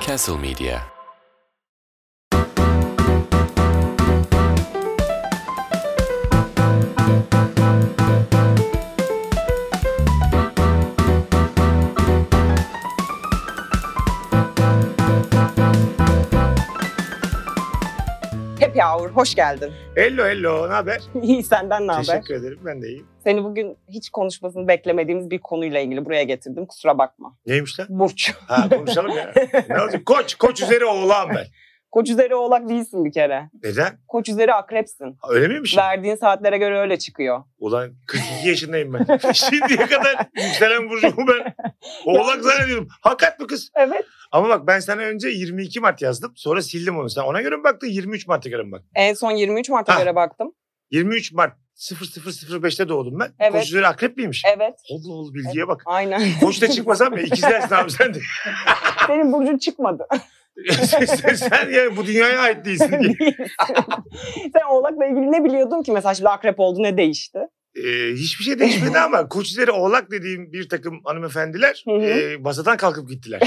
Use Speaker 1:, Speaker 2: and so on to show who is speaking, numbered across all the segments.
Speaker 1: Castle Media.
Speaker 2: Happy Hour, hoş geldin.
Speaker 3: Hello hello, ne haber?
Speaker 2: İyi senden ne haber?
Speaker 3: Teşekkür ederim, ben de iyiyim.
Speaker 2: Seni bugün hiç konuşmasını beklemediğimiz bir konuyla ilgili buraya getirdim. Kusura bakma.
Speaker 3: Neymiş lan?
Speaker 2: Burç.
Speaker 3: Ha konuşalım ya. ne olacak? Koç, koç üzeri oğlan ben.
Speaker 2: Koç üzeri oğlak değilsin bir kere.
Speaker 3: Neden?
Speaker 2: Koç üzeri akrepsin.
Speaker 3: Ha, Öyle miymiş?
Speaker 2: Verdiğin saatlere göre öyle çıkıyor.
Speaker 3: Ulan 42 yaşındayım ben. Şimdiye kadar yükselen burcumu ben oğlak zannediyordum. Hakikat mı kız?
Speaker 2: Evet.
Speaker 3: Ama bak ben sana önce 22 Mart yazdım. Sonra sildim onu. Sen ona göre mi baktın? 23 Mart'a göre mi baktın?
Speaker 2: En son 23 Mart'a
Speaker 3: Ha.
Speaker 2: göre baktım.
Speaker 3: 23 Mart 0005'te doğdum ben.
Speaker 2: Evet.
Speaker 3: Koç üzeri akrep miymiş?
Speaker 2: Evet.
Speaker 3: Allah Allah bilgiye bak.
Speaker 2: Aynen.
Speaker 3: Koçta çıkmasam ya ikizlersin abi sen de.
Speaker 2: Senin burcun çıkmadı.
Speaker 3: sen, sen, sen yani bu dünyaya ait değilsin diye.
Speaker 2: Sen oğlakla ilgili ne biliyordun ki? Mesela şimdi akrep oldu ne değişti?
Speaker 3: Ee, hiçbir şey değişmedi ama koç üzeri oğlak dediğim bir takım hanımefendiler
Speaker 2: Hı hı.
Speaker 3: e, masadan kalkıp gittiler.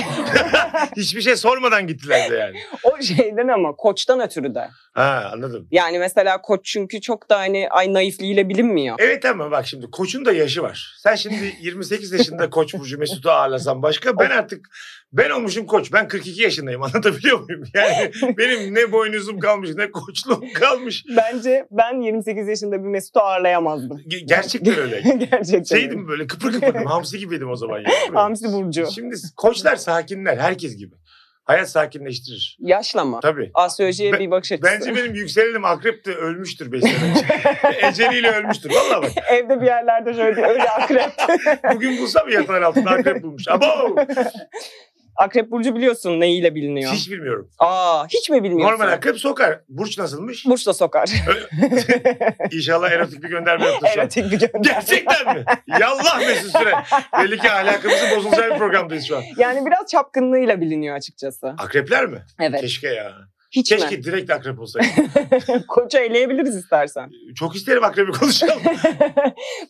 Speaker 3: hiçbir şey sormadan gittiler de yani.
Speaker 2: O şeyden ama koçtan ötürü de.
Speaker 3: Ha anladım.
Speaker 2: Yani mesela koç çünkü çok da hani ay naifliğiyle bilinmiyor.
Speaker 3: Evet ama bak şimdi koçun da yaşı var. Sen şimdi 28 yaşında koç burcu Mesut'u ağırlasan başka ben artık ben olmuşum koç. Ben 42 yaşındayım anlatabiliyor muyum? Yani benim ne boynuzum kalmış ne koçluğum kalmış.
Speaker 2: Bence ben 28 yaşında bir Mesut'u ağırlayamazdım.
Speaker 3: Ge- Gerçekten öyle.
Speaker 2: Gerçekten.
Speaker 3: Şeydim Şey- böyle kıpır kıpırdım. Hamsi gibiydim o zaman. Yani.
Speaker 2: Hamsi Burcu.
Speaker 3: Şimdi koçlar sakinler herkes gibi. Hayat sakinleştirir.
Speaker 2: Yaşla mı?
Speaker 3: Tabii.
Speaker 2: Astrolojiye
Speaker 3: Be-
Speaker 2: bir bakış açısı.
Speaker 3: Bence benim yükselenim akrep de ölmüştür 5 sene önce. Eceliyle ölmüştür. Valla bak.
Speaker 2: Evde bir yerlerde şöyle bir öyle akrep.
Speaker 3: Bugün bulsam yatağın altında akrep bulmuş. Abo!
Speaker 2: akrep Burcu biliyorsun neyiyle biliniyor.
Speaker 3: Hiç bilmiyorum.
Speaker 2: Aa hiç mi bilmiyorsun?
Speaker 3: Normal akrep sokar. Burç nasılmış?
Speaker 2: Burç da sokar.
Speaker 3: İnşallah erotik bir gönderme yaptın şu an.
Speaker 2: Erotik bir gönder.
Speaker 3: Gerçekten mi? Yallah Mesut Süre. Belli ki ahlakımızın bozulacağı bir programdayız şu an.
Speaker 2: Yani biraz çapkınlığıyla biliniyor açıkçası.
Speaker 3: Akrepler mi?
Speaker 2: Evet.
Speaker 3: Keşke ya.
Speaker 2: Hiç mi?
Speaker 3: Keşke direkt akrep olsaydı.
Speaker 2: Koça eleyebiliriz istersen.
Speaker 3: Çok isterim akrebi konuşalım.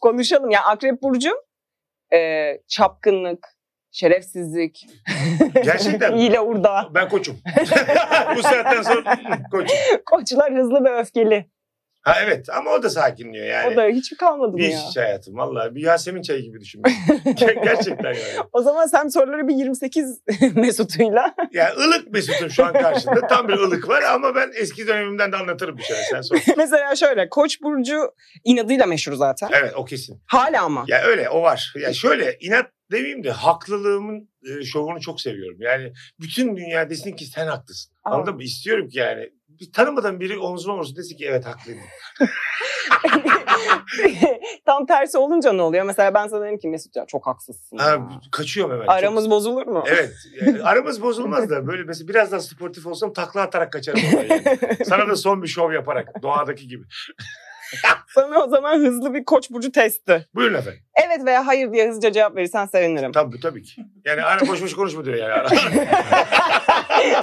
Speaker 2: Konuşalım. Ya Akrep Burcu e, çapkınlık, şerefsizlik,
Speaker 3: Gerçekten mi?
Speaker 2: hile urda.
Speaker 3: Ben koçum. Bu saatten sonra koçum.
Speaker 2: Koçlar hızlı ve öfkeli.
Speaker 3: Ha evet ama o da sakinliyor yani.
Speaker 2: O da hiç mi kalmadı mı
Speaker 3: bir şey.
Speaker 2: ya?
Speaker 3: iş hayatım valla. Bir Yasemin çayı gibi düşün. beni. Ger- Gerçekten yani.
Speaker 2: O zaman sen soruları bir 28 Mesut'uyla.
Speaker 3: Yani ılık Mesut'un şu an karşında. Tam bir ılık var ama ben eski dönemimden de anlatırım bir şeyler. Sen sor.
Speaker 2: Mesela şöyle Koç Burcu inadıyla meşhur zaten.
Speaker 3: Evet o kesin.
Speaker 2: Hala ama.
Speaker 3: Ya öyle o var. Ya şöyle inat demeyeyim de haklılığımın e, şovunu çok seviyorum. Yani bütün dünya desin ki sen haklısın.
Speaker 2: Aa.
Speaker 3: Anladın mı? İstiyorum ki yani. Bir tanımadan biri omzuma vursun desin ki evet haklıydım.
Speaker 2: Tam tersi olunca ne oluyor? Mesela ben sana dedim ki Mesut ya çok haksızsın. ya.
Speaker 3: Ha, kaçıyorum hemen. Çok-
Speaker 2: Aramız bozulur mu?
Speaker 3: Evet. yani aramız bozulmaz da böyle mesela biraz daha sportif olsam takla atarak kaçarım. oradan Yani. Sana da son bir şov yaparak doğadaki gibi.
Speaker 2: Sana o zaman hızlı bir Koç Burcu testi.
Speaker 3: Buyurun efendim.
Speaker 2: Evet veya hayır diye hızlıca cevap verirsen sevinirim.
Speaker 3: Tabii tabii ki. Yani ara boş boş konuşma diyor yani. Ara-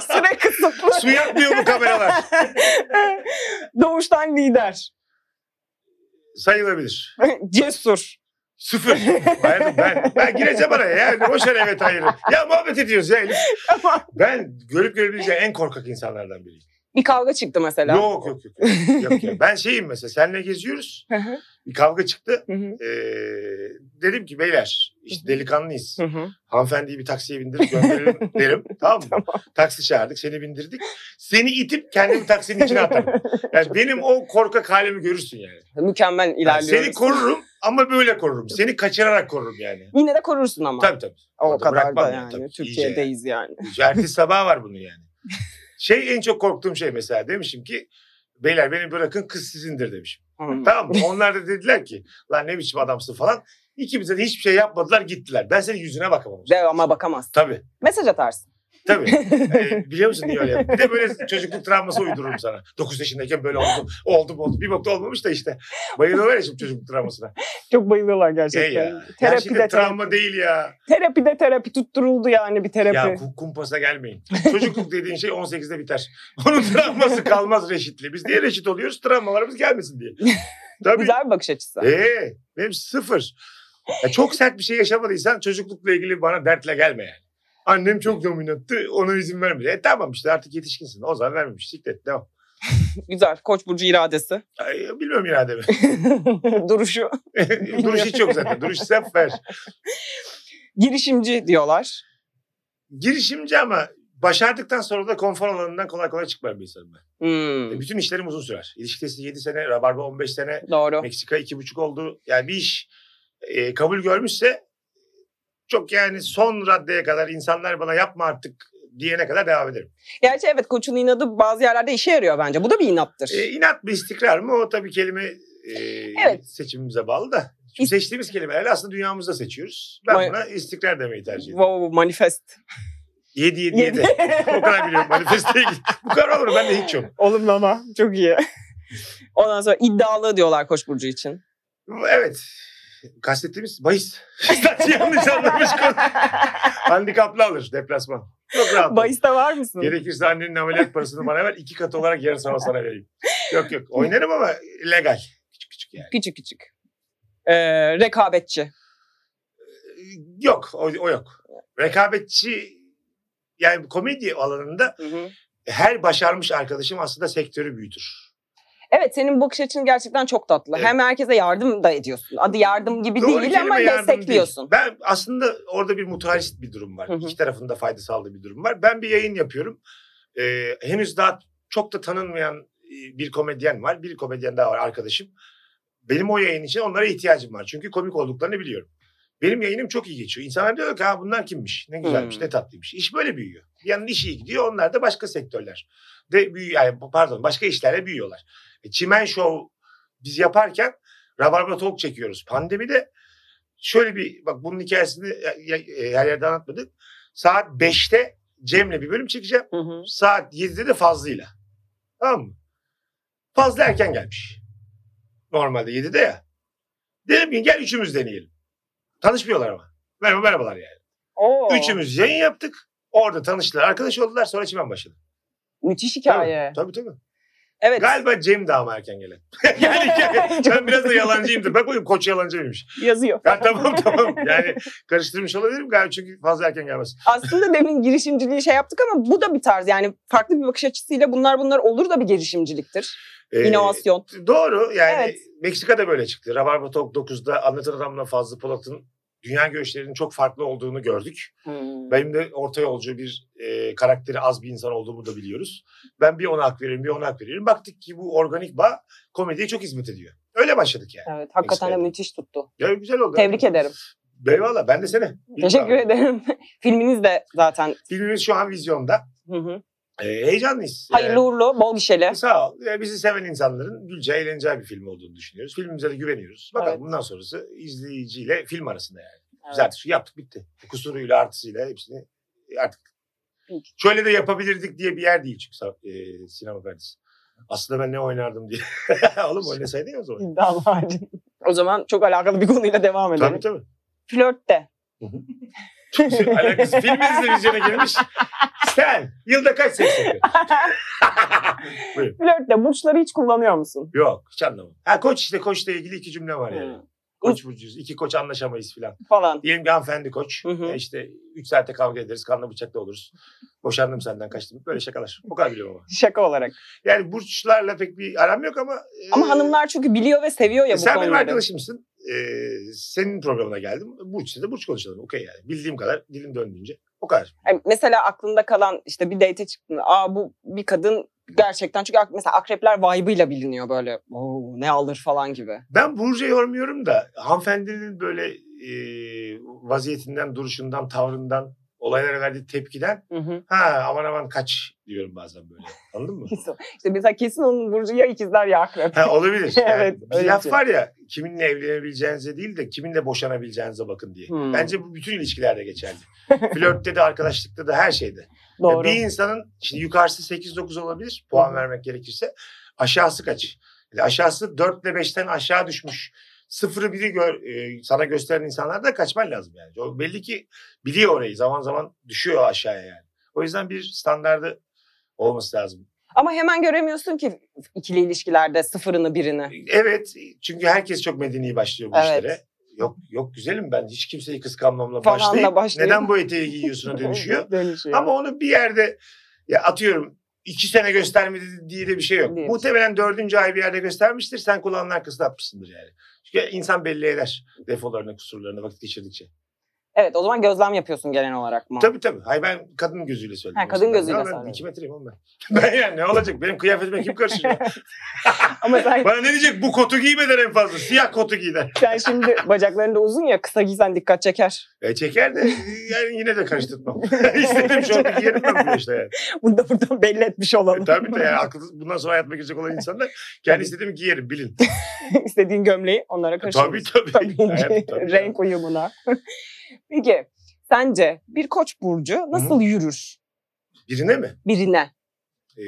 Speaker 2: Süre kısıtlı.
Speaker 3: Su yakmıyor bu kameralar.
Speaker 2: Doğuştan lider.
Speaker 3: Sayılabilir.
Speaker 2: Cesur.
Speaker 3: Sıfır. Hayır, ben, ben gireceğim araya yani. Boş ver evet hayır. Ya muhabbet ediyoruz ya Elif.
Speaker 2: Tamam.
Speaker 3: Ben görüp görebileceğim en korkak insanlardan biriyim.
Speaker 2: Bir kavga çıktı mesela.
Speaker 3: Yok yok yok. yok, yok. Ben şeyim mesela seninle geziyoruz.
Speaker 2: Hı hı,
Speaker 3: Bir kavga çıktı.
Speaker 2: hı hı,
Speaker 3: Ee, dedim ki beyler işte delikanlıyız.
Speaker 2: hı hı.
Speaker 3: Hanımefendiyi bir taksiye bindirip gönderelim derim. Tamam mı? Taksi çağırdık. Seni bindirdik. Seni itip kendimi taksinin içine atarım. Yani benim o korkak halimi görürsün yani. Yani
Speaker 2: Mükemmel ilerliyoruz.
Speaker 3: seni korurum ama böyle korurum. Seni kaçırarak korurum yani.
Speaker 2: Yine de korursun ama.
Speaker 3: Tabii tabii.
Speaker 2: O
Speaker 3: Orada
Speaker 2: kadar
Speaker 3: bırakmam
Speaker 2: da
Speaker 3: ya,
Speaker 2: yani.
Speaker 3: tabii.
Speaker 2: Türkiyedeyiz yani.
Speaker 3: İyice. Ertesi sabah var bunu yani. Şey en çok korktuğum şey mesela demişim ki beyler beni bırakın kız sizindir demişim.
Speaker 2: Hı.
Speaker 3: Tamam mı? Onlar da dediler ki lan ne biçim adamsın falan. İkimize de hiçbir şey yapmadılar gittiler. Ben senin yüzüne bakamam.
Speaker 2: De ama bakamaz.
Speaker 3: Tabii.
Speaker 2: Mesaj atarsın.
Speaker 3: Tabii. Ee, biliyor musun niye öyle yaptım? Bir de böyle çocukluk travması uydururum sana. 9 yaşındayken böyle oldum. Oldum oldum. Bir bakta olmamış da işte. Bayılıyorlar ya şimdi çocukluk travmasına.
Speaker 2: Çok bayılıyorlar
Speaker 3: Şey
Speaker 2: gerçekten.
Speaker 3: ya. Ya
Speaker 2: Terapide,
Speaker 3: şimdi
Speaker 2: terapi,
Speaker 3: travma değil ya.
Speaker 2: terapide terapi tutturuldu yani bir terapi.
Speaker 3: Ya ku- kumpasa gelmeyin. Çocukluk dediğin şey 18'de biter. Onun travması kalmaz reşitli. Biz niye reşit oluyoruz? Travmalarımız gelmesin diye. Tabii. E?
Speaker 2: Güzel bir bakış açısı.
Speaker 3: Ee, benim sıfır. Ya çok sert bir şey yaşamadıysan çocuklukla ilgili bana dertle gelme yani. Annem çok dominanttı ona izin vermedi. E tamam işte artık yetişkinsin. O zaman vermemiş. Siklet devam.
Speaker 2: Güzel. Koç burcu iradesi.
Speaker 3: Ay, bilmiyorum irademi.
Speaker 2: Duruşu.
Speaker 3: Duruş hiç yok zaten. Duruş sefer.
Speaker 2: Girişimci diyorlar.
Speaker 3: Girişimci ama başardıktan sonra da konfor alanından kolay kolay çıkmayan bir insanım ben. E,
Speaker 2: Hmm,
Speaker 3: Bütün işlerim uzun sürer. İlişkisi 7 sene, Rabarba 15 sene,
Speaker 2: doğru.
Speaker 3: Meksika 2,5 oldu. Yani bir iş e, kabul görmüşse çok yani son raddeye kadar insanlar bana yapma artık diyene kadar devam ederim.
Speaker 2: Gerçi evet koçun inadı bazı yerlerde işe yarıyor bence. Bu da bir inattır.
Speaker 3: E, inat mı istikrar mı o tabii kelime e,
Speaker 2: Evet.
Speaker 3: seçimimize bağlı da. Şimdi
Speaker 2: İst-
Speaker 3: seçtiğimiz kelimelerle aslında dünyamızda seçiyoruz. Ben
Speaker 2: Vay-
Speaker 3: buna istikrar demeyi tercih ediyorum.
Speaker 2: wow, manifest.
Speaker 3: Yedi yedi yedi. o kadar biliyorum manifesteye git. Bu kadar olur ben de hiç yok.
Speaker 2: Olumlu ama çok iyi. Ondan sonra iddialı diyorlar koç burcu için.
Speaker 3: Evet. Kastettiğimiz bahis. Yanlış anlamış konu. Handikaplı alır deplasman. Çok rahat.
Speaker 2: Bayiste var mısın?
Speaker 3: Gerekirse annenin ameliyat parasını bana ver. iki kat olarak yarın sabah sana vereyim. Yok yok oynarım ama legal. Küçük küçük yani.
Speaker 2: Küçük küçük. Ee, rekabetçi.
Speaker 3: Ee, Yok o, o yok. Rekabetçi yani komedi alanında her başarmış arkadaşım aslında sektörü büyütür.
Speaker 2: Evet senin bakış açın gerçekten çok tatlı.
Speaker 3: Evet.
Speaker 2: Hem herkese yardım da ediyorsun. Adı yardım gibi
Speaker 3: Doğru
Speaker 2: değil
Speaker 3: kelime
Speaker 2: ama
Speaker 3: yardım
Speaker 2: destekliyorsun.
Speaker 3: değil. Ben aslında orada bir mutualist bir durum var.
Speaker 2: Hı hı.
Speaker 3: İki tarafında fayda sağladığı bir durum var. Ben bir yayın yapıyorum. Ee, henüz daha çok da tanınmayan e, bir komedyen var. Bir komedyen daha var arkadaşım. Benim o yayın için onlara ihtiyacım var. Çünkü komik olduklarını biliyorum. Benim yayınım çok iyi geçiyor. İnsanlar diyor ki ha bunlar kimmiş? Ne güzelmiş,
Speaker 2: Hmm.
Speaker 3: ne tatlıymış. İş böyle büyüyor. Bir yandan iş iyi gidiyor. Onlar da başka sektörler. De büyüyor, yani pardon başka işlerle büyüyorlar. E, Çimen Show biz yaparken Rabarba Talk çekiyoruz. Pandemide şöyle bir bak bunun hikayesini e, e, her yerde anlatmadık. Saat 5'te Cem'le bir bölüm çekeceğim.
Speaker 2: Hı hı.
Speaker 3: Saat 7'de de Fazlı'yla. Tamam mı? Fazlı erken gelmiş. Normalde 7'de ya. Dedim ki gel üçümüz deneyelim. Tanışmıyorlar ama. Merhaba merhabalar yani.
Speaker 2: Oo,
Speaker 3: Üçümüz yayın yaptık. Orada tanıştılar. Arkadaş oldular. Sonra çimen başladı.
Speaker 2: Müthiş hikaye.
Speaker 3: Tabii tabii.
Speaker 2: Evet.
Speaker 3: Galiba Cem daha mı erken gelen? yani, yani ben biraz da yalancıyımdır. Bak bakayım koç yalancıymış.
Speaker 2: Yazıyor.
Speaker 3: Ya tamam tamam. Yani karıştırmış olabilirim galiba çünkü fazla erken gelmez.
Speaker 2: Aslında demin girişimciliği şey yaptık ama bu da bir tarz. Yani farklı bir bakış açısıyla bunlar bunlar olur da bir girişimciliktir.
Speaker 3: Ee,
Speaker 2: İnovasyon.
Speaker 3: Doğru yani
Speaker 2: Evet.
Speaker 3: Meksika'da böyle çıktı. Rabarba Talk 9'da Anlatan Adam'la Fazlı Polat'ın dünya görüşlerinin çok farklı olduğunu gördük. Benim de orta yolcu bir e, karakteri az bir insan olduğumu da biliyoruz. Ben bir ona hak veririm bir ona hak veririm. Baktık ki bu organik bağ komediye çok hizmet ediyor. Öyle başladık yani.
Speaker 2: Evet hakikaten de
Speaker 3: Eksik.
Speaker 2: müthiş tuttu.
Speaker 3: Ya güzel oldu.
Speaker 2: Tebrik ederim.
Speaker 3: Eyvallah ben de seni.
Speaker 2: Teşekkür ederim. Filminiz de zaten
Speaker 3: Filmimiz şu an vizyonda.
Speaker 2: hı hı.
Speaker 3: Ee, heyecanlıyız. Ee,
Speaker 2: hayırlı uğurlu, bol gişeli.
Speaker 3: Sağ ol. Ee, Bizi seven insanların gülce, eğleneceği bir film olduğunu düşünüyoruz. Filmimize de güveniyoruz. Bakalım
Speaker 2: Evet.
Speaker 3: bundan sonrası izleyiciyle film arasında yani.
Speaker 2: Evet.
Speaker 3: Biz artık şu yaptık bitti. Kusuruyla artısıyla hepsini e, artık.
Speaker 2: Peki.
Speaker 3: Şöyle de yapabilirdik diye bir yer değil çünkü sa- e, sinema perdesi. Aslında ben ne oynardım diye. Oğlum oynasaydın ya o zaman.
Speaker 2: İddialı harcın. O zaman çok alakalı bir konuyla devam edelim.
Speaker 3: tabii tabii.
Speaker 2: Flörtte.
Speaker 3: Alakası film izleyicine gelmiş. Sen yılda kaç seks yapıyorsun? Buyurun.
Speaker 2: Flörtte burçları hiç kullanıyor musun?
Speaker 3: Yok hiç anlamam. Ha koç işte koçla ilgili iki cümle var yani.
Speaker 2: Hı.
Speaker 3: Koç burcuyuz. iki koç anlaşamayız filan.
Speaker 2: Falan.
Speaker 3: Diyelim ki hanımefendi koç.
Speaker 2: Hı hı.
Speaker 3: E işte 3 saate kavga ederiz. Kanla bıçakla oluruz. Boşandım senden kaçtım. Böyle şakalar. Bu kadar biliyorum ama.
Speaker 2: Şaka olarak.
Speaker 3: Yani burçlarla pek bir aram yok ama. e,
Speaker 2: Ama hanımlar çünkü biliyor ve seviyor ya bu
Speaker 3: Sen benim
Speaker 2: konuları.
Speaker 3: arkadaşımsın. E, senin programına geldim. Burç'ta da Burç konuşalım. Okey yani. Bildiğim kadar dilim döndüğünce. O kadar.
Speaker 2: Yani mesela aklında kalan işte bir date çıktın. Aa bu bir kadın gerçekten çünkü ak- mesela akrepler vibe'ıyla biliniyor böyle. Oo, ne alır falan gibi.
Speaker 3: Ben Burcu'ya yormuyorum da hanımefendinin böyle e, vaziyetinden, duruşundan, tavrından, olaylara verdiği tepkiden
Speaker 2: Hı hı.
Speaker 3: ha aman aman kaç diyorum bazen böyle. Anladın mı?
Speaker 2: işte mesela kesin onun burcu ya ikizler ya akrep.
Speaker 3: Ha, olabilir. Yani
Speaker 2: Evet,
Speaker 3: bir
Speaker 2: öyle
Speaker 3: laf
Speaker 2: diyor.
Speaker 3: var ya kiminle evlenebileceğinize değil de kiminle boşanabileceğinize bakın diye.
Speaker 2: Hmm.
Speaker 3: Bence bu bütün ilişkilerde geçerli. Flörtte de arkadaşlıkta da her şeyde.
Speaker 2: Doğru.
Speaker 3: Bir insanın şimdi yukarısı 8-9 olabilir puan
Speaker 2: Hı hı.
Speaker 3: vermek gerekirse. Aşağısı kaç? Yani aşağısı 4 ile 5'ten aşağı düşmüş. Sıfırı 1'i gör, e, sana gösteren insanlar da kaçman lazım yani. O belli ki biliyor orayı zaman zaman düşüyor aşağıya yani. O yüzden bir standardı olması lazım.
Speaker 2: Ama hemen göremiyorsun ki ikili ilişkilerde sıfırını birini.
Speaker 3: Evet çünkü herkes çok medeni başlıyor bu
Speaker 2: Evet.
Speaker 3: işlere. Yok yok güzelim ben hiç kimseyi kıskanmamla
Speaker 2: Falanla
Speaker 3: başlayıp
Speaker 2: başlayıp-
Speaker 3: neden bu eteği giyiyorsun'a dönüşüyor.
Speaker 2: dönüşüyor.
Speaker 3: Ama onu bir yerde ya atıyorum iki sene göstermedi diye de bir şey yok.
Speaker 2: Diye bir şey.
Speaker 3: Muhtemelen dördüncü ay bir yerde göstermiştir. Sen kulağının arkasına atmışsındır yani. Çünkü insan belli eder defolarını, kusurlarını vakit geçirdikçe.
Speaker 2: Evet o zaman gözlem yapıyorsun genel olarak mı?
Speaker 3: Tabii tabii. Hayır ben kadın gözüyle söyledim.
Speaker 2: Ha, kadın
Speaker 3: aslında.
Speaker 2: gözüyle
Speaker 3: Ya ben
Speaker 2: söyledin.
Speaker 3: iki metreyim oğlum ben. ben yani ne olacak? Benim kıyafetime kim karışacak?
Speaker 2: Ama sen,
Speaker 3: Bana ne diyecek? Bu kotu giymeden en fazla. Siyah kotu giyder.
Speaker 2: sen şimdi bacakların da uzun ya kısa giysen dikkat çeker.
Speaker 3: E çeker de yani yine de karıştırmam. İstediğim şortu giyerim ben bu işte yani.
Speaker 2: Bunu da buradan belli etmiş olalım.
Speaker 3: E, tabii de yani aklı, bundan sonra hayatıma girecek olan insanlar kendi istediğimi giyerim bilin.
Speaker 2: İstediğin gömleği onlara
Speaker 3: E,
Speaker 2: karışır.
Speaker 3: tabii tabii.
Speaker 2: Tabii ki.
Speaker 3: Hayat, tabii.
Speaker 2: Renk uyumuna. Peki sence bir koç burcu nasıl yürür
Speaker 3: Birine mi?
Speaker 2: birine?
Speaker 3: Ee,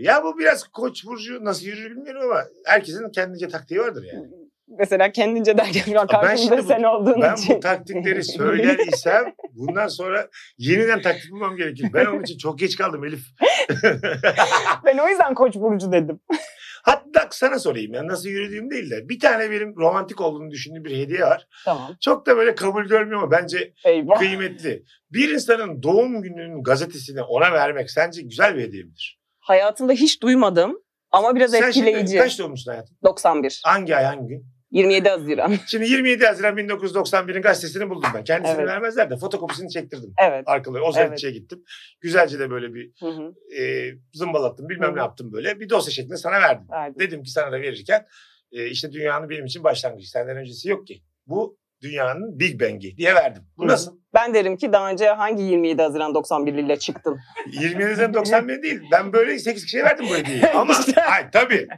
Speaker 3: ya bu biraz koç burcu nasıl yürür bilmiyorum ama herkesin kendince taktiği vardır yani.
Speaker 2: Mesela kendince derken şu an
Speaker 3: ben şimdi
Speaker 2: karşımda
Speaker 3: bu-
Speaker 2: sen olduğun
Speaker 3: Ben
Speaker 2: için.
Speaker 3: bu taktikleri söyler isem bundan sonra yeniden taktik bulmam gerekir. Ben onun için çok geç kaldım Elif.
Speaker 2: Ben o yüzden koç burcu dedim.
Speaker 3: Hatta sana sorayım ya nasıl yürüdüğüm değil de bir tane benim romantik olduğunu düşündüğüm bir hediye var.
Speaker 2: Tamam.
Speaker 3: Çok da böyle kabul görmüyor ama bence
Speaker 2: Eyvah.
Speaker 3: kıymetli. Bir insanın doğum gününün gazetesini ona vermek sence güzel bir hediye midir?
Speaker 2: Hayatımda hiç duymadım ama biraz
Speaker 3: Sen
Speaker 2: etkileyici.
Speaker 3: şimdi kaç doğmuşsun hayatım?
Speaker 2: 91.
Speaker 3: Hangi ay hangi gün?
Speaker 2: 27 Haziran.
Speaker 3: Şimdi 27 Haziran 1991'in gazetesini buldum ben. Kendisini
Speaker 2: Evet.
Speaker 3: vermezler de fotokopisini çektirdim.
Speaker 2: Evet.
Speaker 3: Arkalı o
Speaker 2: Evet.
Speaker 3: serçeye gittim. Güzelce de böyle bir
Speaker 2: Hı hı.
Speaker 3: e, zımbalattım bilmem
Speaker 2: Hı.
Speaker 3: ne yaptım böyle. Bir dosya şeklinde sana verdim.
Speaker 2: Verdim.
Speaker 3: Dedim ki sana da verirken e, işte dünyanın benim için başlangıcı. Senden öncesi yok ki. Bu dünyanın Big Bang'i diye verdim. Bu
Speaker 2: Hı.
Speaker 3: nasıl?
Speaker 2: Ben derim ki daha önce hangi 27 Haziran 91 ile çıktın?
Speaker 3: 27 Haziran 91 değil. Ben böyle 8 kişiye verdim bu hediyeyi. Ama
Speaker 2: İşte.
Speaker 3: ay tabii.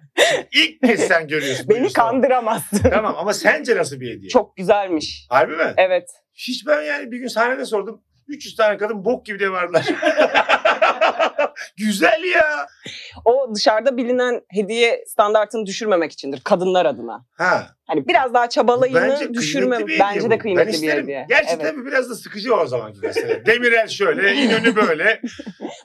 Speaker 3: İlk kez sen görüyorsun. bu
Speaker 2: Beni
Speaker 3: insanı.
Speaker 2: kandıramazsın.
Speaker 3: Tamam ama sence nasıl bir hediye?
Speaker 2: Çok güzelmiş.
Speaker 3: Harbi mi?
Speaker 2: Evet.
Speaker 3: Hiç ben yani bir gün sahnede sordum. 300 tane kadın bok gibi de vardılar. Güzel ya.
Speaker 2: O dışarıda bilinen hediye standartını düşürmemek içindir kadınlar adına.
Speaker 3: Ha.
Speaker 2: Hani biraz daha
Speaker 3: Bence
Speaker 2: çabalayını
Speaker 3: düşürme.
Speaker 2: düşürmem. Bence de
Speaker 3: ben
Speaker 2: kıymetli bir
Speaker 3: isterim.
Speaker 2: hediye.
Speaker 3: Gerçi
Speaker 2: Evet.
Speaker 3: tabii biraz da sıkıcı o zamanki gazeteler. Demirel şöyle, İnönü böyle.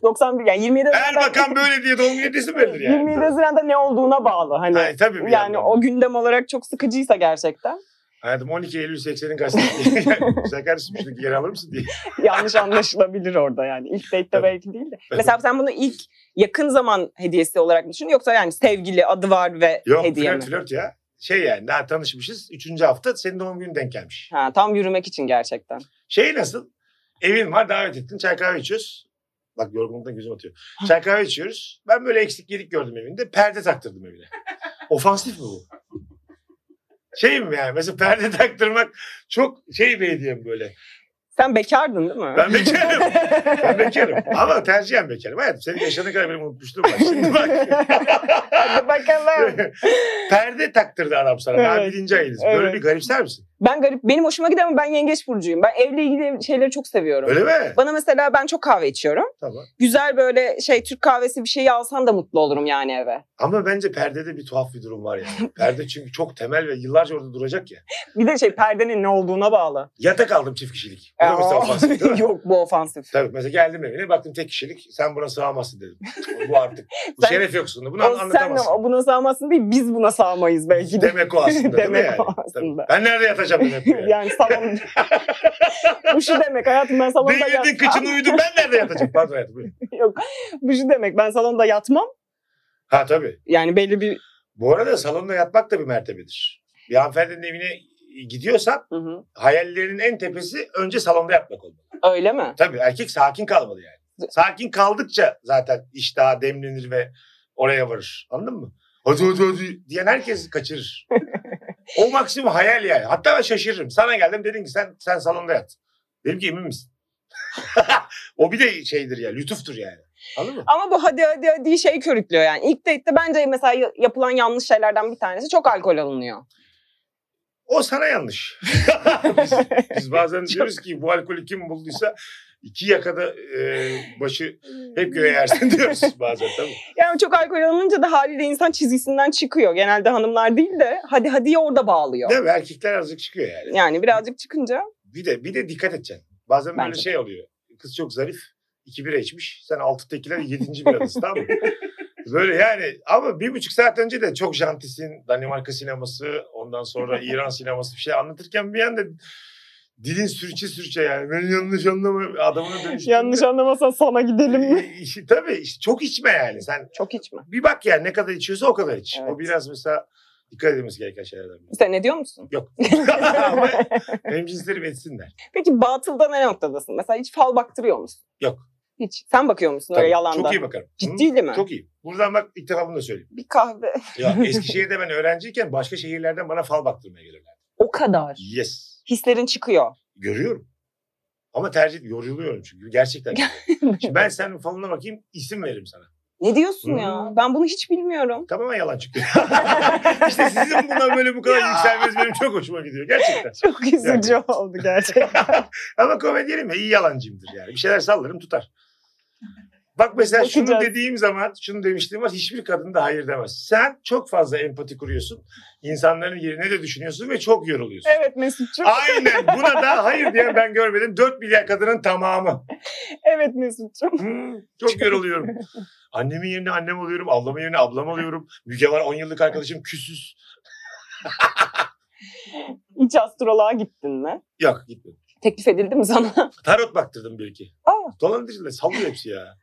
Speaker 2: 91 yani 27 Haziran'da,
Speaker 3: Erbakan böyle diye doğum yedisi verilir yani.
Speaker 2: 27 Haziran'da ne olduğuna bağlı hani.
Speaker 3: Ha, tabii bir
Speaker 2: yani
Speaker 3: yandan.
Speaker 2: o gündem olarak çok sıkıcıysa gerçekten
Speaker 3: Hayatım 12 Eylül 80'in gazetesi. Sen kardeşim şunu geri alır mısın diye.
Speaker 2: yanlış anlaşılabilir orada yani. İlk date'de
Speaker 3: Tabii.
Speaker 2: belki değil de.
Speaker 3: Tabii.
Speaker 2: Mesela sen bunu ilk yakın zaman hediyesi olarak mı düşün yoksa yani sevgili adı var ve
Speaker 3: Yok
Speaker 2: hediye mi?
Speaker 3: flört flört ya. Şey yani daha tanışmışız. Üçüncü hafta senin doğum günün denk gelmiş.
Speaker 2: Ha, tam yürümek için gerçekten.
Speaker 3: Şey nasıl? Evin var davet ettin çay kahve içiyoruz. Bak yorgunluktan gözüm atıyor. Çay kahve içiyoruz. Ben böyle eksik yedik gördüm evinde. Perde taktırdım evine. Ofansif mi bu? Şey mi yani? Mesela perde taktırmak çok şey bir hediye mi böyle?
Speaker 2: Sen bekardın değil mi?
Speaker 3: Ben bekarım. Ben bekarım. Ama tercihen bekarım. Hayatım senin yaşadığın kadar benim unutmuşluğum var. Şimdi bak.
Speaker 2: Hadi bakalım.
Speaker 3: perde taktırdı adam sana. Daha
Speaker 2: Evet.
Speaker 3: birinci ayınız. Böyle
Speaker 2: Evet.
Speaker 3: bir garipser misin?
Speaker 2: Ben garip, benim hoşuma gider ama ben yengeç burcuyum. Ben evle ilgili şeyleri çok seviyorum.
Speaker 3: Öyle mi?
Speaker 2: Bana mesela ben çok kahve içiyorum.
Speaker 3: Tamam.
Speaker 2: Güzel böyle şey Türk kahvesi bir şeyi alsam da mutlu olurum yani eve.
Speaker 3: Ama bence perdede bir tuhaf bir durum var yani. Perde çünkü çok temel ve yıllarca orada duracak ya.
Speaker 2: Bir de şey perdenin ne olduğuna bağlı.
Speaker 3: Yatak aldım çift kişilik. Bu da mesela
Speaker 2: Aa,
Speaker 3: ofansif değil mi?
Speaker 2: Yok bu ofansif.
Speaker 3: Tabii mesela geldim evine baktım tek kişilik. Sen buna sığamazsın dedim. Bu artık. Bu
Speaker 2: Sen-
Speaker 3: şeref yoksun. da, Bunu
Speaker 2: O, sen
Speaker 3: anlatamazsın.
Speaker 2: o buna sağmasın değil biz buna sağmayız belki de.
Speaker 3: Demek o aslında değil mi
Speaker 2: Demek
Speaker 3: yani?
Speaker 2: o
Speaker 3: Tabii.
Speaker 2: aslında.
Speaker 3: Ben nerede yatacağım demek bu yani.
Speaker 2: yani salon. bu şu demek hayatım ben salonda
Speaker 3: Beylediğin
Speaker 2: yatmam.
Speaker 3: kıçını uyudum ben nerede yatacağım? Pardon hayatım. buyurun.
Speaker 2: Yok bu şu demek ben salonda yatmam.
Speaker 3: Ha tabii.
Speaker 2: Yani belli bir...
Speaker 3: Bu arada salonda yatmak da bir mertebedir. Bir hanımefendinin evine gidiyorsan
Speaker 2: Hı hı.
Speaker 3: hayallerinin en tepesi önce salonda yatmak olmalı.
Speaker 2: Öyle mi?
Speaker 3: Tabii erkek sakin kalmalı yani. Sakin kaldıkça zaten iş daha demlenir ve oraya varır. Anladın mı? Hadi hadi hadi diyen herkes kaçırır. o maksimum hayal yani. Hatta ben şaşırırım. Sana geldim dedin ki sen sen salonda yat. Dedim ki emin misin? o bir de şeydir ya lütuftur yani. Anladın mı?
Speaker 2: Ama bu hadi hadi hadi şey körüklüyor yani. İlk date'de bence mesela ya- yapılan yanlış şeylerden bir tanesi çok alkol alınıyor.
Speaker 3: O sana yanlış. biz, biz bazen diyoruz ki bu alkolü kim bulduysa iki yakada e, başı hep göğe yersin diyoruz bazen tabii.
Speaker 2: Yani çok alkol alınınca da haliyle insan çizgisinden çıkıyor. Genelde hanımlar değil de hadi hadiye orada bağlıyor.
Speaker 3: Değil mi? Erkekler azıcık çıkıyor yani.
Speaker 2: Yani birazcık çıkınca
Speaker 3: Bir de bir de dikkat edeceksin. Bazen
Speaker 2: Bence
Speaker 3: böyle
Speaker 2: de.
Speaker 3: şey oluyor. Kız çok zarif. 2 bira içmiş. Sen altı tekiler 7. biradasın tamam mı? Böyle yani ama bir buçuk saat önce de çok jantisin Danimarka sineması ondan sonra İran sineması bir şey anlatırken bir anda dilin sürçe sürçe yani ben yanlış anlamıyorum adamına dönüştüm.
Speaker 4: Yanlış anlamasan sana gidelim mi?
Speaker 3: Ee, Tabii işte çok içme yani sen
Speaker 2: Çok içme.
Speaker 3: bir bak yani ne kadar içiyorsa o kadar iç.
Speaker 2: Evet.
Speaker 3: O biraz mesela dikkat edilmesi gereken şeylerden biri.
Speaker 2: Sen ne diyor musun?
Speaker 3: ama benim cinslerim etsinler.
Speaker 2: Peki batılda ne noktadasın? Mesela hiç fal baktırıyor musun?
Speaker 3: Yok.
Speaker 2: Hiç. Sen bakıyor musun
Speaker 3: Tabii,
Speaker 2: öyle yalandan?
Speaker 3: Çok iyi bakarım. Hı?
Speaker 2: Ciddi değil mi?
Speaker 3: Çok iyi. Buradan bak ilk defa bunu da söyleyeyim.
Speaker 2: Bir kahve.
Speaker 3: Ya Eskişehir'de ben öğrenciyken başka şehirlerden bana fal baktırmaya gelirler.
Speaker 2: O kadar.
Speaker 3: Yes.
Speaker 2: Hislerin çıkıyor.
Speaker 3: Görüyorum. Ama tercih yoruluyorum çünkü gerçekten. Şimdi ben senin falına bakayım isim veririm sana.
Speaker 2: Ne diyorsun
Speaker 3: Hmm.
Speaker 2: ya? Ben bunu hiç bilmiyorum.
Speaker 3: Tamamen yalan çıkıyor. işte sizin buna böyle bu kadar yükselmeniz benim çok hoşuma gidiyor gerçekten.
Speaker 4: Çok üzücü oldu gerçekten.
Speaker 3: Ama komedyenim ya iyi yalancıyımdır yani. Bir şeyler sallarım tutar. Bak mesela şunu
Speaker 4: Bakacağız.
Speaker 3: dediğim zaman, şunu demiştim var hiçbir kadın da hayır demez. Sen çok fazla empati kuruyorsun. insanların yerine de düşünüyorsun ve çok yoruluyorsun.
Speaker 4: evet Mesut'cum.
Speaker 3: Aynen buna da hayır diyen ben görmedim. 4 milyar kadının tamamı.
Speaker 4: Evet Mesut'cum.
Speaker 3: Hmm, çok yoruluyorum. Annemin yerine annem oluyorum. Ablamın yerine ablam oluyorum. Müge var 10 yıllık arkadaşım küsüz.
Speaker 2: Hiç astroloğa gittin mi?
Speaker 3: Yok gitmedim.
Speaker 2: Teklif edildi mi sana?
Speaker 3: Tarot baktırdım bir iki.
Speaker 2: Aa.
Speaker 3: Dolandırıcı da sallıyor hepsi ya.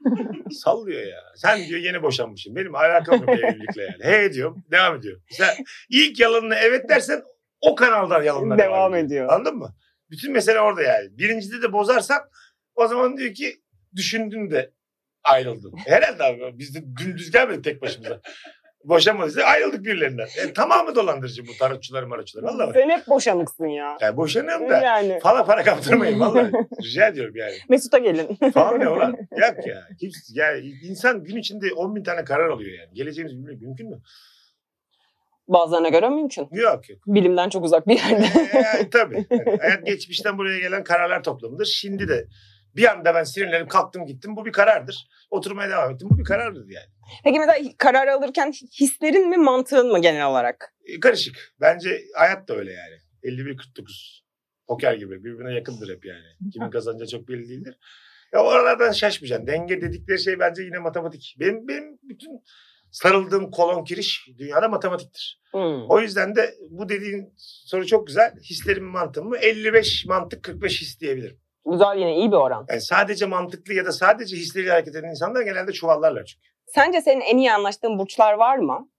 Speaker 3: sallıyor ya. Sen diyor yeni boşanmışım. Benim alakam yok evlilikle yani. He diyorum. Devam ediyor. Sen ilk yalanına evet dersen o kanaldan yalanlar
Speaker 4: Devam ediyor.
Speaker 3: Anladın mı? Bütün mesele orada yani. Birincide de bozarsan o zaman diyor ki düşündün de ayrıldın. Herhalde abi biz de dümdüz gelmedik tek başımıza. Boşanmadıysa ayrıldık birilerinden. E, tamamı dolandırıcı bu tarotçular maraççılar. Vallahi. bak.
Speaker 4: Sen hep boşanıksın ya.
Speaker 3: Yani boşanıyorum da.
Speaker 4: Yani.
Speaker 3: Fala para kaptırmayın vallahi. Rica ediyorum yani.
Speaker 2: Mesut'a gelin.
Speaker 3: Falan ne ulan? Yok ya. Kimse, yani insan gün içinde 10 bin tane karar alıyor yani. Geleceğimiz bilmek mümkün mü?
Speaker 2: Bazılarına göre mümkün.
Speaker 3: Yok yok.
Speaker 2: Bilimden çok uzak bir yerde.
Speaker 3: Ee, tabii. Yani hayat geçmişten buraya gelen kararlar toplamıdır. Şimdi de bir anda ben sinirlenip kalktım gittim. Bu bir karardır. Oturmaya devam ettim. Bu bir karardır yani.
Speaker 2: Peki mesela karar alırken hislerin mi mantığın mı genel olarak?
Speaker 3: Ee, karışık. Bence hayat da öyle yani. 51-49. Poker gibi. Birbirine yakındır hep yani. Kimin kazanacağı çok belli değildir. Ya oralardan şaşmayacaksın. Denge dedikleri şey bence yine matematik. Benim, benim bütün sarıldığım kolon kiriş dünyada matematiktir.
Speaker 2: Hmm.
Speaker 3: O yüzden de bu dediğin soru çok güzel. Hislerim mi, mantığım mı? 55 mantık 45 his diyebilirim.
Speaker 2: Güzel yine iyi bir oran.
Speaker 3: Yani sadece mantıklı ya da sadece hisleriyle hareket eden insanlar genelde çuvallarlar çünkü.
Speaker 2: Sence senin en iyi anlaştığın burçlar var mı?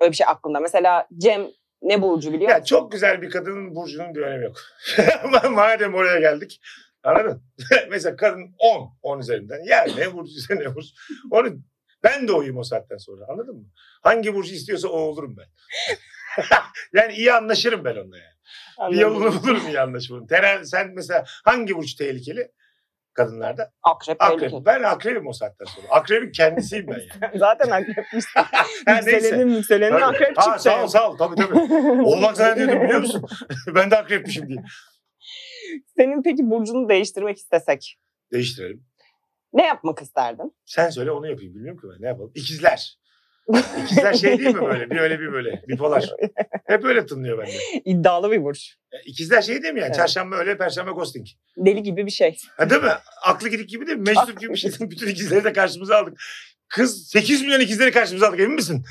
Speaker 2: Böyle bir şey aklında. Mesela Cem ne burcu biliyor
Speaker 3: Ya
Speaker 2: musun?
Speaker 3: çok güzel bir kadının burcunun bir önemi yok. Ama Madem oraya geldik. Anladın? Mesela kadın 10, 10 üzerinden. Ya ne burcuysa ne burcu. Onu ben de oyum o saatten sonra. Anladın mı? Hangi burcu istiyorsa o olurum ben. yani iyi anlaşırım ben onunla yani. Bir yolunu bulurum iyi anlaşmanın. Teren, sen mesela hangi burç tehlikeli? Kadınlarda.
Speaker 2: Akrep,
Speaker 3: Akrep.
Speaker 2: tehlikeli.
Speaker 3: Ben akrebim o saatten sonra. Akrebin kendisiyim ben yani.
Speaker 4: Zaten akrepmişsin.
Speaker 3: Ha, neyse.
Speaker 4: yükselenin yükselenin
Speaker 3: Tabii.
Speaker 4: akrep
Speaker 3: Ha, sağ ol
Speaker 4: çıkacak.
Speaker 3: sağ ol. Tabii tabii. Oğlak zannediyordum biliyor musun? ben de akrepmişim diye.
Speaker 2: Senin peki burcunu değiştirmek istesek
Speaker 3: Değiştirelim.
Speaker 2: ne yapmak isterdin?
Speaker 3: Sen söyle onu yapayım. Bilmiyorum ki ben ne yapalım. İkizler. İkizler şey değil mi böyle? Bir öyle bir böyle. Bipolar. Hep öyle tınlıyor bende.
Speaker 2: İddialı bir burç.
Speaker 3: İkizler şey değil mi yani?
Speaker 2: Evet.
Speaker 3: Çarşamba öyle, perşembe ghosting.
Speaker 2: Deli gibi bir şey.
Speaker 3: Ha değil mi? Aklı gidik gibi değil mi? Meczup gibi bir şey. Bütün ikizleri de karşımıza aldık. Kız 8 milyon ikizleri karşımıza aldık emin misin?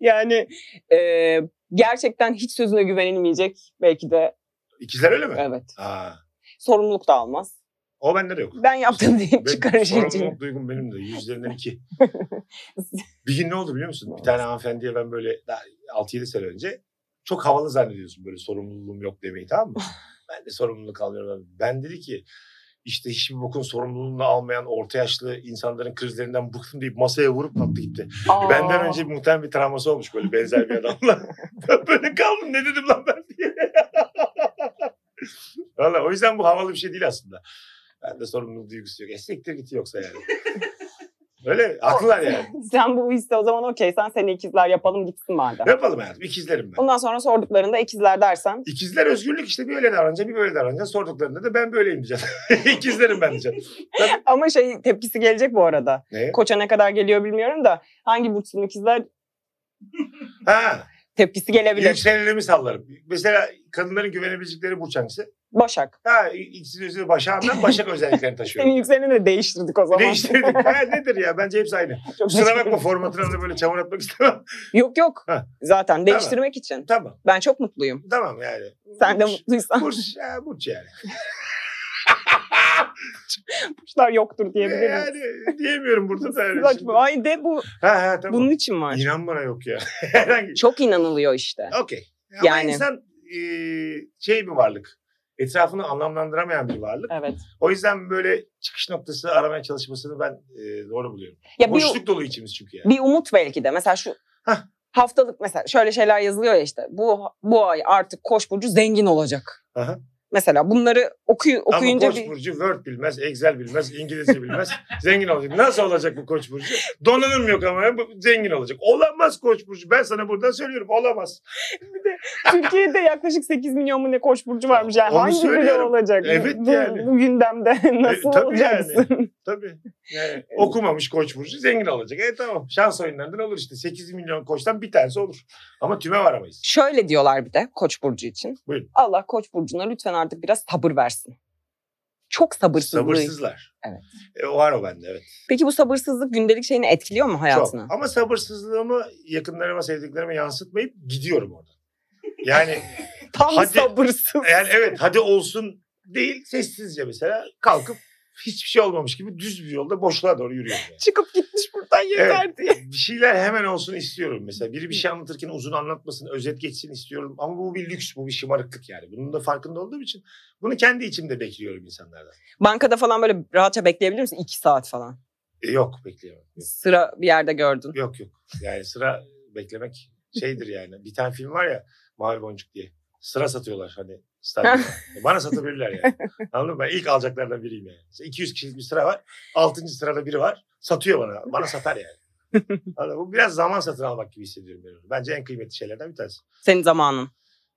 Speaker 4: Yani
Speaker 2: Ee, gerçekten hiç sözüne güvenilmeyecek belki de
Speaker 3: İkizler öyle mi?
Speaker 2: evet.
Speaker 3: Aa,
Speaker 2: Sorumluluk da almaz.
Speaker 3: o bende de yok.
Speaker 2: Ben yaptım deyip çıkarır
Speaker 3: sorumluluk duygum benim de. Yüzlerinden iki. bir gün ne oldu biliyor musun? Bir tane hanımefendiye ben böyle daha 6-7 sene önce çok havalı zannediyorsun böyle sorumluluğum yok demeyi tamam mı? ben de sorumluluk almıyorum. Ben dedi ki işte hiçbir bokun sorumluluğunu almayan orta yaşlı insanların krizlerinden bıktım deyip masaya vurup attı gitti.
Speaker 2: Aa.
Speaker 3: Benden önce muhtemelen bir travması olmuş böyle benzer bir adamla. Ben böyle kaldım ne dedim lan ben diye. Valla o yüzden bu havalı bir şey değil aslında. Bende sorumluluk duygusu yok. E siktir git yoksa yani. Öyle haklılar yani.
Speaker 2: Sen bu hisse o zaman okey. Sen seni ikizler yapalım gitsin madem.
Speaker 3: Ne yapalım hayatım? İkizlerim ben.
Speaker 2: Ondan sonra sorduklarında ikizler dersen
Speaker 3: İkizler özgürlük işte bir öyle davranacak bir böyle davranacak. Sorduklarında da ben böyleyim diyeceğim. İkizlerim ben diyeceğim.
Speaker 2: ama şey tepkisi gelecek bu arada.
Speaker 3: Ne?
Speaker 2: Koça ne kadar geliyor bilmiyorum da hangi burçlu ikizler
Speaker 3: Ha,
Speaker 2: tepkisi gelebilir.
Speaker 3: yükselenimi sallarım. Mesela kadınların güvenebilecekleri burç hangisi?
Speaker 2: Başak.
Speaker 3: Ha, ikisinin özü Başak'ım ben Başak özelliklerini taşıyorum.
Speaker 4: Senin yükseleni de değiştirdik o zaman.
Speaker 3: Değiştirdik. Ha, nedir ya? Bence hepsi aynı.
Speaker 4: Çok
Speaker 3: Kusura
Speaker 4: saçma.
Speaker 3: bakma formatına da böyle çamur atmak istemem.
Speaker 2: Yok yok.
Speaker 3: Ha.
Speaker 2: Zaten değiştirmek için.
Speaker 3: tamam.
Speaker 2: Ben çok mutluyum.
Speaker 3: Tamam yani.
Speaker 2: Sen de
Speaker 3: Burç.
Speaker 2: mutluysan.
Speaker 3: Burç, ha, Burç yani.
Speaker 4: Kuşlar yoktur
Speaker 3: Ee,
Speaker 4: diyebiliriz.
Speaker 3: Yani diyemiyorum burada da. yani şimdi.
Speaker 2: Saçma. Ay de bu
Speaker 3: Ha ha tamam.
Speaker 2: bunun için var.
Speaker 3: İnan bana yok ya. Herhangi. şey.
Speaker 2: Çok inanılıyor işte.
Speaker 3: Okey. Ama
Speaker 2: Yani.
Speaker 3: insan e, şey bir varlık. Etrafını anlamlandıramayan bir varlık.
Speaker 2: Evet.
Speaker 3: O yüzden böyle çıkış noktası aramaya çalışmasını ben e, doğru buluyorum.
Speaker 2: Ya bir,
Speaker 3: Boşluk dolu içimiz çünkü yani.
Speaker 2: bir umut belki de. Mesela şu
Speaker 3: Hah.
Speaker 2: haftalık mesela şöyle şeyler yazılıyor ya işte. Bu bu ay artık Koç burcu zengin olacak.
Speaker 3: Aha.
Speaker 2: Mesela bunları okuyu, okuyunca
Speaker 3: Ama Koç
Speaker 2: bir
Speaker 3: Burcu Word bilmez, Excel bilmez, İngilizce bilmez. zengin olacak. Nasıl olacak bu Koç Burcu? Donanım yok ama ya, bu zengin olacak. Olamaz Koç Burcu. Ben sana buradan söylüyorum. Olamaz.
Speaker 4: Türkiye'de yaklaşık 8 milyon mu ne koç burcu varmış. Yani
Speaker 3: Onu
Speaker 4: hangi biri
Speaker 3: söylüyorum.
Speaker 4: olacak?
Speaker 3: Evet
Speaker 4: bu,
Speaker 3: yani. E,
Speaker 4: bu gündemde nasıl
Speaker 3: tabii
Speaker 4: olacaksın?
Speaker 3: Tabii. Yani okumamış Koç Burcu zengin olacak. E tamam. Şans oyunlarından olur işte. 8 milyon koçtan bir tanesi olur. Ama tüme varamayız.
Speaker 2: şöyle diyorlar bir de Koç burcu için.
Speaker 3: Buyurun.
Speaker 2: Allah Koç burcuna lütfen artık biraz sabır versin. Çok sabırsızlığı.
Speaker 3: Sabırsızlar.
Speaker 2: Evet.
Speaker 3: E, o var o bende evet.
Speaker 2: Peki bu sabırsızlık gündelik şeyini etkiliyor mu hayatına?
Speaker 3: Çok. Ama sabırsızlığımı yakınlarıma, sevdiklerime yansıtmayıp gidiyorum oradan. Yani
Speaker 4: Tam
Speaker 3: Hadi.
Speaker 4: sabırsız.
Speaker 3: yani evet hadi olsun değil sessizce mesela kalkıp hiçbir şey olmamış gibi düz bir yolda boşluğa doğru yürüyorum. yani.
Speaker 4: Çıkıp gitmiş buradan yeter diye.
Speaker 3: Bir şeyler hemen olsun istiyorum mesela. Biri bir şey anlatırken uzun anlatmasın, özet geçsin istiyorum. Ama bu bir lüks, bu bir şımarıklık yani. Bunun da farkında olduğum için bunu kendi içimde bekliyorum insanlardan.
Speaker 2: Bankada falan böyle rahatça bekleyebilir misin? İki saat falan.
Speaker 3: E, yok bekleyemem. Yok,
Speaker 2: Sıra bir yerde gördün.
Speaker 3: Yok yok. Yani sıra beklemek şeydir yani. Bir tane film var ya Mavi Boncuk diye. Sıra satıyorlar hani stadyumda. E, Bana satabilirler yani. Anladın mı? Ben ilk alacaklardan biriyim yani. Mesela 200 kişilik bir sıra var. 6. sırada biri var. Satıyor bana. Bana satar yani. Anladın mı? Bu biraz zaman satın almak gibi hissediyorum. Ben. onu. Bence en kıymetli şeylerden bir tanesi.
Speaker 2: Senin zamanın.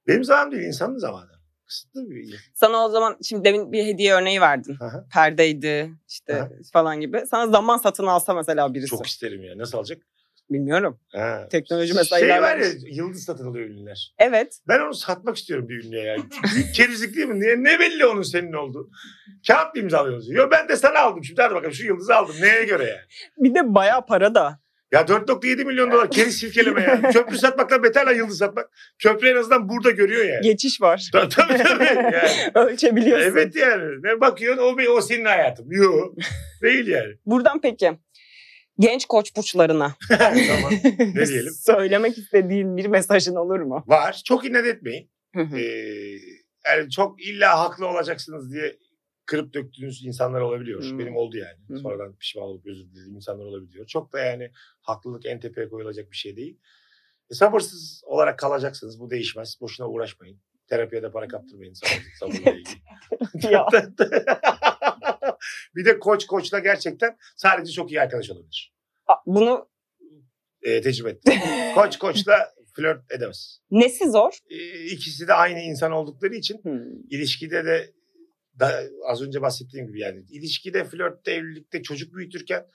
Speaker 3: Benim zamanım değil, insanın zamanı. Kısıtlı bir
Speaker 2: Sana o zaman şimdi demin bir hediye örneği verdin.
Speaker 3: Aha.
Speaker 2: Perdeydi işte
Speaker 3: Aha.
Speaker 2: falan gibi. Sana zaman satın alsa mesela birisi.
Speaker 3: Çok isterim ya. Nasıl alacak?
Speaker 2: Bilmiyorum.
Speaker 3: Ha.
Speaker 2: Teknoloji mesela
Speaker 3: Şey var ya,
Speaker 2: ilerlemiş.
Speaker 3: yıldız satın alıyor ünlüler.
Speaker 2: Evet.
Speaker 3: Ben onu satmak istiyorum bir ünlüye yani. Büyük kerizlik değil mi? Niye? Ne belli onun senin olduğu? Kağıt mı imzalıyorsun? Yo ben de sana aldım. Şimdi hadi bakalım şu yıldızı aldım. Neye göre yani?
Speaker 2: Bir de bayağı para da.
Speaker 3: Ya 4.7 milyon dolar keriz silkeleme yani. Köprü satmaktan beter lan yıldız satmak. Köprü en azından burada görüyor yani.
Speaker 2: Geçiş var.
Speaker 3: tabii tabii. tabii yani.
Speaker 4: Ölçebiliyorsun.
Speaker 3: Evet yani. Ne bakıyorsun o, be- o senin hayatın. Yok. Değil yani.
Speaker 2: Buradan peki genç koç burçlarına
Speaker 3: tamam. Ne diyelim?
Speaker 4: Söylemek istediğin bir mesajın olur mu?
Speaker 3: Var. Çok inat etmeyin. Ee, yani çok illa haklı olacaksınız diye kırıp döktüğünüz insanlar olabiliyor.
Speaker 2: Hmm.
Speaker 3: Benim oldu yani.
Speaker 2: Hmm.
Speaker 3: Sonradan pişman olup özür dilediğim insanlar olabiliyor. Çok da yani haklılık en tepeye koyulacak bir şey değil. E, sabırsız olarak kalacaksınız. Bu değişmez. Boşuna uğraşmayın. Terapiye de para kaptırmayın sabırsız sabırla ilgili.
Speaker 4: ya.
Speaker 3: bir de koç koçla gerçekten sadece çok iyi arkadaş olabilir.
Speaker 2: Aa, bunu
Speaker 3: E, tecrübe ettim. koç koçla flört edemez.
Speaker 2: nesi zor? Hmm,
Speaker 3: E, ikisi de aynı insan oldukları için ilişkide de da, az önce bahsettiğim gibi yani ilişkide, flörtte, evlilikte, çocuk büyütürken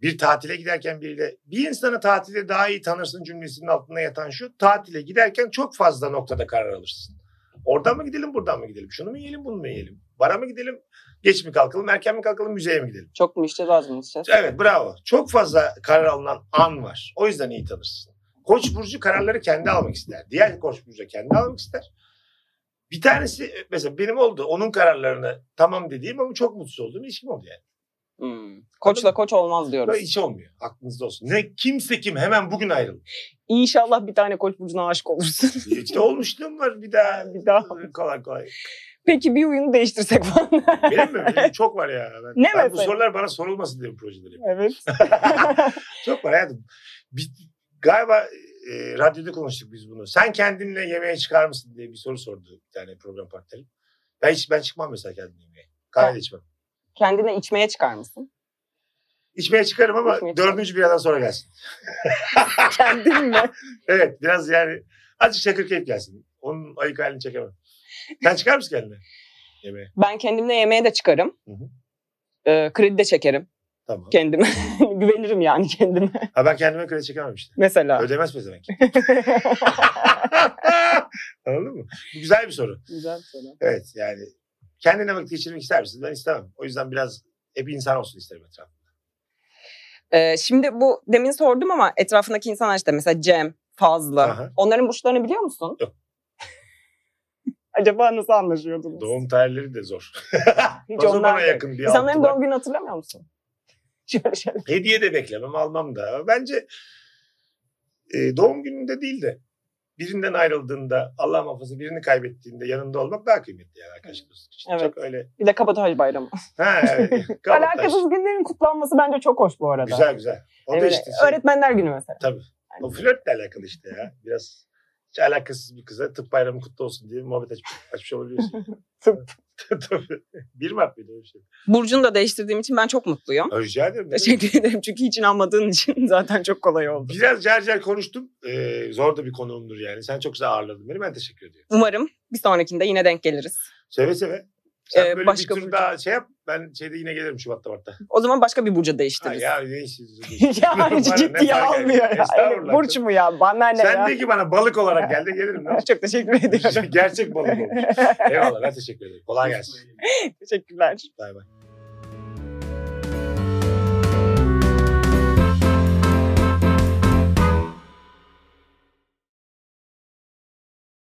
Speaker 3: bir tatile giderken biriyle bir insanı tatile daha iyi tanırsın cümlesinin altında yatan şu tatile giderken çok fazla noktada karar alırsın. Oradan mı gidelim buradan mı gidelim? Şunu mu yiyelim bunu mu yiyelim? Bara mı gidelim? Geç mi kalkalım? Erken mi kalkalım? Müzeye mi gidelim?
Speaker 2: Çok mu işeceğiz az mı işeceğiz?
Speaker 3: Evet bravo. Çok fazla karar alınan an var. O yüzden iyi tanırsın. Koç burcu kararları kendi almak ister. Diğer koç burcu kendi almak ister. Bir tanesi mesela benim oldu. Onun kararlarını tamam dediğim ama çok mutsuz olduğum ilişkim oldu yani.
Speaker 2: Hmm. Koçla koç olmaz
Speaker 3: Böyle
Speaker 2: diyoruz.
Speaker 3: hiç olmuyor. Aklınızda olsun. Ne kimse kim hemen bugün ayrılın.
Speaker 4: İnşallah bir tane koç burcuna aşık olursun.
Speaker 3: İşte olmuşluğum var bir daha.
Speaker 4: Bir daha.
Speaker 3: Kolay kolay.
Speaker 4: Peki bir oyunu değiştirsek falan.
Speaker 3: Benim mi? Benim çok var ya. Ben,
Speaker 4: Ne
Speaker 3: ben bu
Speaker 4: mesela?
Speaker 3: sorular bana sorulmasın diye bu projeleri.
Speaker 4: evet.
Speaker 3: Çok var hayatım. Bir, galiba e, radyoda konuştuk biz bunu. Sen kendinle yemeğe çıkar mısın diye bir soru sordu bir tane program partnerim. Ben hiç ben çıkmam mesela kendimle yemeğe. Kahve de içmem.
Speaker 2: Kendine içmeye çıkar mısın?
Speaker 3: İçmeye çıkarım ama
Speaker 2: İçmeye çıkarım.
Speaker 3: dördüncü biradan sonra gelsin.
Speaker 4: Kendin mi?
Speaker 3: Evet biraz yani azıcık şakır keyif gelsin. Onun ayık halini çekemem. Sen çıkar mısın kendine yemeğe?
Speaker 2: Ben kendimle yemeğe de çıkarım.
Speaker 3: Hı hı.
Speaker 2: Ee, kredi de çekerim
Speaker 3: Tamam.
Speaker 2: kendime.
Speaker 4: güvenirim yani kendime.
Speaker 3: Ha ben kendime kredi çekemem işte.
Speaker 4: Mesela.
Speaker 3: Ödemez pezevenk. Anladın mı? Bu güzel bir soru.
Speaker 4: Güzel bir soru.
Speaker 3: Evet yani kendine vakit geçirmek ister misin? Ben istemem. O yüzden biraz hep insan olsun isterim etrafımda.
Speaker 2: Ee, şimdi bu demin sordum ama etrafındaki insanlar işte mesela Cem, Fazlı.
Speaker 3: Aha.
Speaker 2: Onların burçlarını biliyor musun?
Speaker 4: Acaba nasıl anlaşıyordunuz?
Speaker 3: Doğum tarihleri de zor.
Speaker 4: Hiç
Speaker 3: Fazla
Speaker 4: onlar
Speaker 3: bana
Speaker 4: da-
Speaker 3: yakın bir
Speaker 4: İnsanların
Speaker 3: altılar.
Speaker 4: doğum gününü hatırlamıyor musun? Şöyle şöyle.
Speaker 3: Hediye de beklemem almam da. Bence e, doğum gününde değil de birinden ayrıldığında Allah muhafaza birini kaybettiğinde yanında olmak daha kıymetli yani arkadaşlık dostluk için.
Speaker 4: Evet.
Speaker 3: Çok öyle.
Speaker 2: Bir de Kabataş Bayramı.
Speaker 3: Ha, evet. Kabataş.
Speaker 4: Alakasız günlerin kutlanması bence çok hoş bu arada.
Speaker 3: Güzel güzel. O da
Speaker 4: Evet,
Speaker 3: işte şey,
Speaker 4: Öğretmenler günü mesela.
Speaker 3: tabii.
Speaker 2: Hani
Speaker 3: O flörtle alakalı işte ya. Biraz hiç alakasız bir kıza tıp bayramı kutlu olsun diye muhabbet açmış, açmış olabiliyorsun.
Speaker 4: Tıp.
Speaker 3: tabii. Bir Mart mıydı öyle bir şey?
Speaker 2: Burcunu da değiştirdiğim için ben çok mutluyum.
Speaker 3: Ay, Rica ederim. ne demek.
Speaker 2: Teşekkür ederim çünkü hiç inanmadığın için zaten çok kolay oldu.
Speaker 3: Biraz cer cer konuştum. Ee, zor da bir konuğumdur yani. Sen çok güzel ağırladın beni. Ben teşekkür ediyorum.
Speaker 2: Umarım bir sonrakinde yine denk geliriz.
Speaker 3: Seve seve. Sen
Speaker 2: Ee,
Speaker 3: böyle
Speaker 2: başka
Speaker 3: bir
Speaker 2: bir-
Speaker 3: tur daha şey yap. Ben şeyde yine gelirim Şubat'ta Mart'ta.
Speaker 2: O zaman başka bir burca
Speaker 3: Ay
Speaker 2: değiştiririz.
Speaker 3: ya ne işiniz?
Speaker 4: ya
Speaker 3: Bana ne
Speaker 4: hiç ciddiye
Speaker 3: fark eder?
Speaker 4: almıyor ya.
Speaker 3: Estağfurullah.
Speaker 4: Burç mu ya? Bana ne
Speaker 3: Sen
Speaker 4: ya?
Speaker 3: de ki bana balık olarak geldi gelirim. lan.
Speaker 4: Çok teşekkür ediyorum.
Speaker 3: Gerçek balık olmuş. Eyvallah ben teşekkür ederim. Kolay gelsin.
Speaker 4: Teşekkürler.
Speaker 3: Bay bay.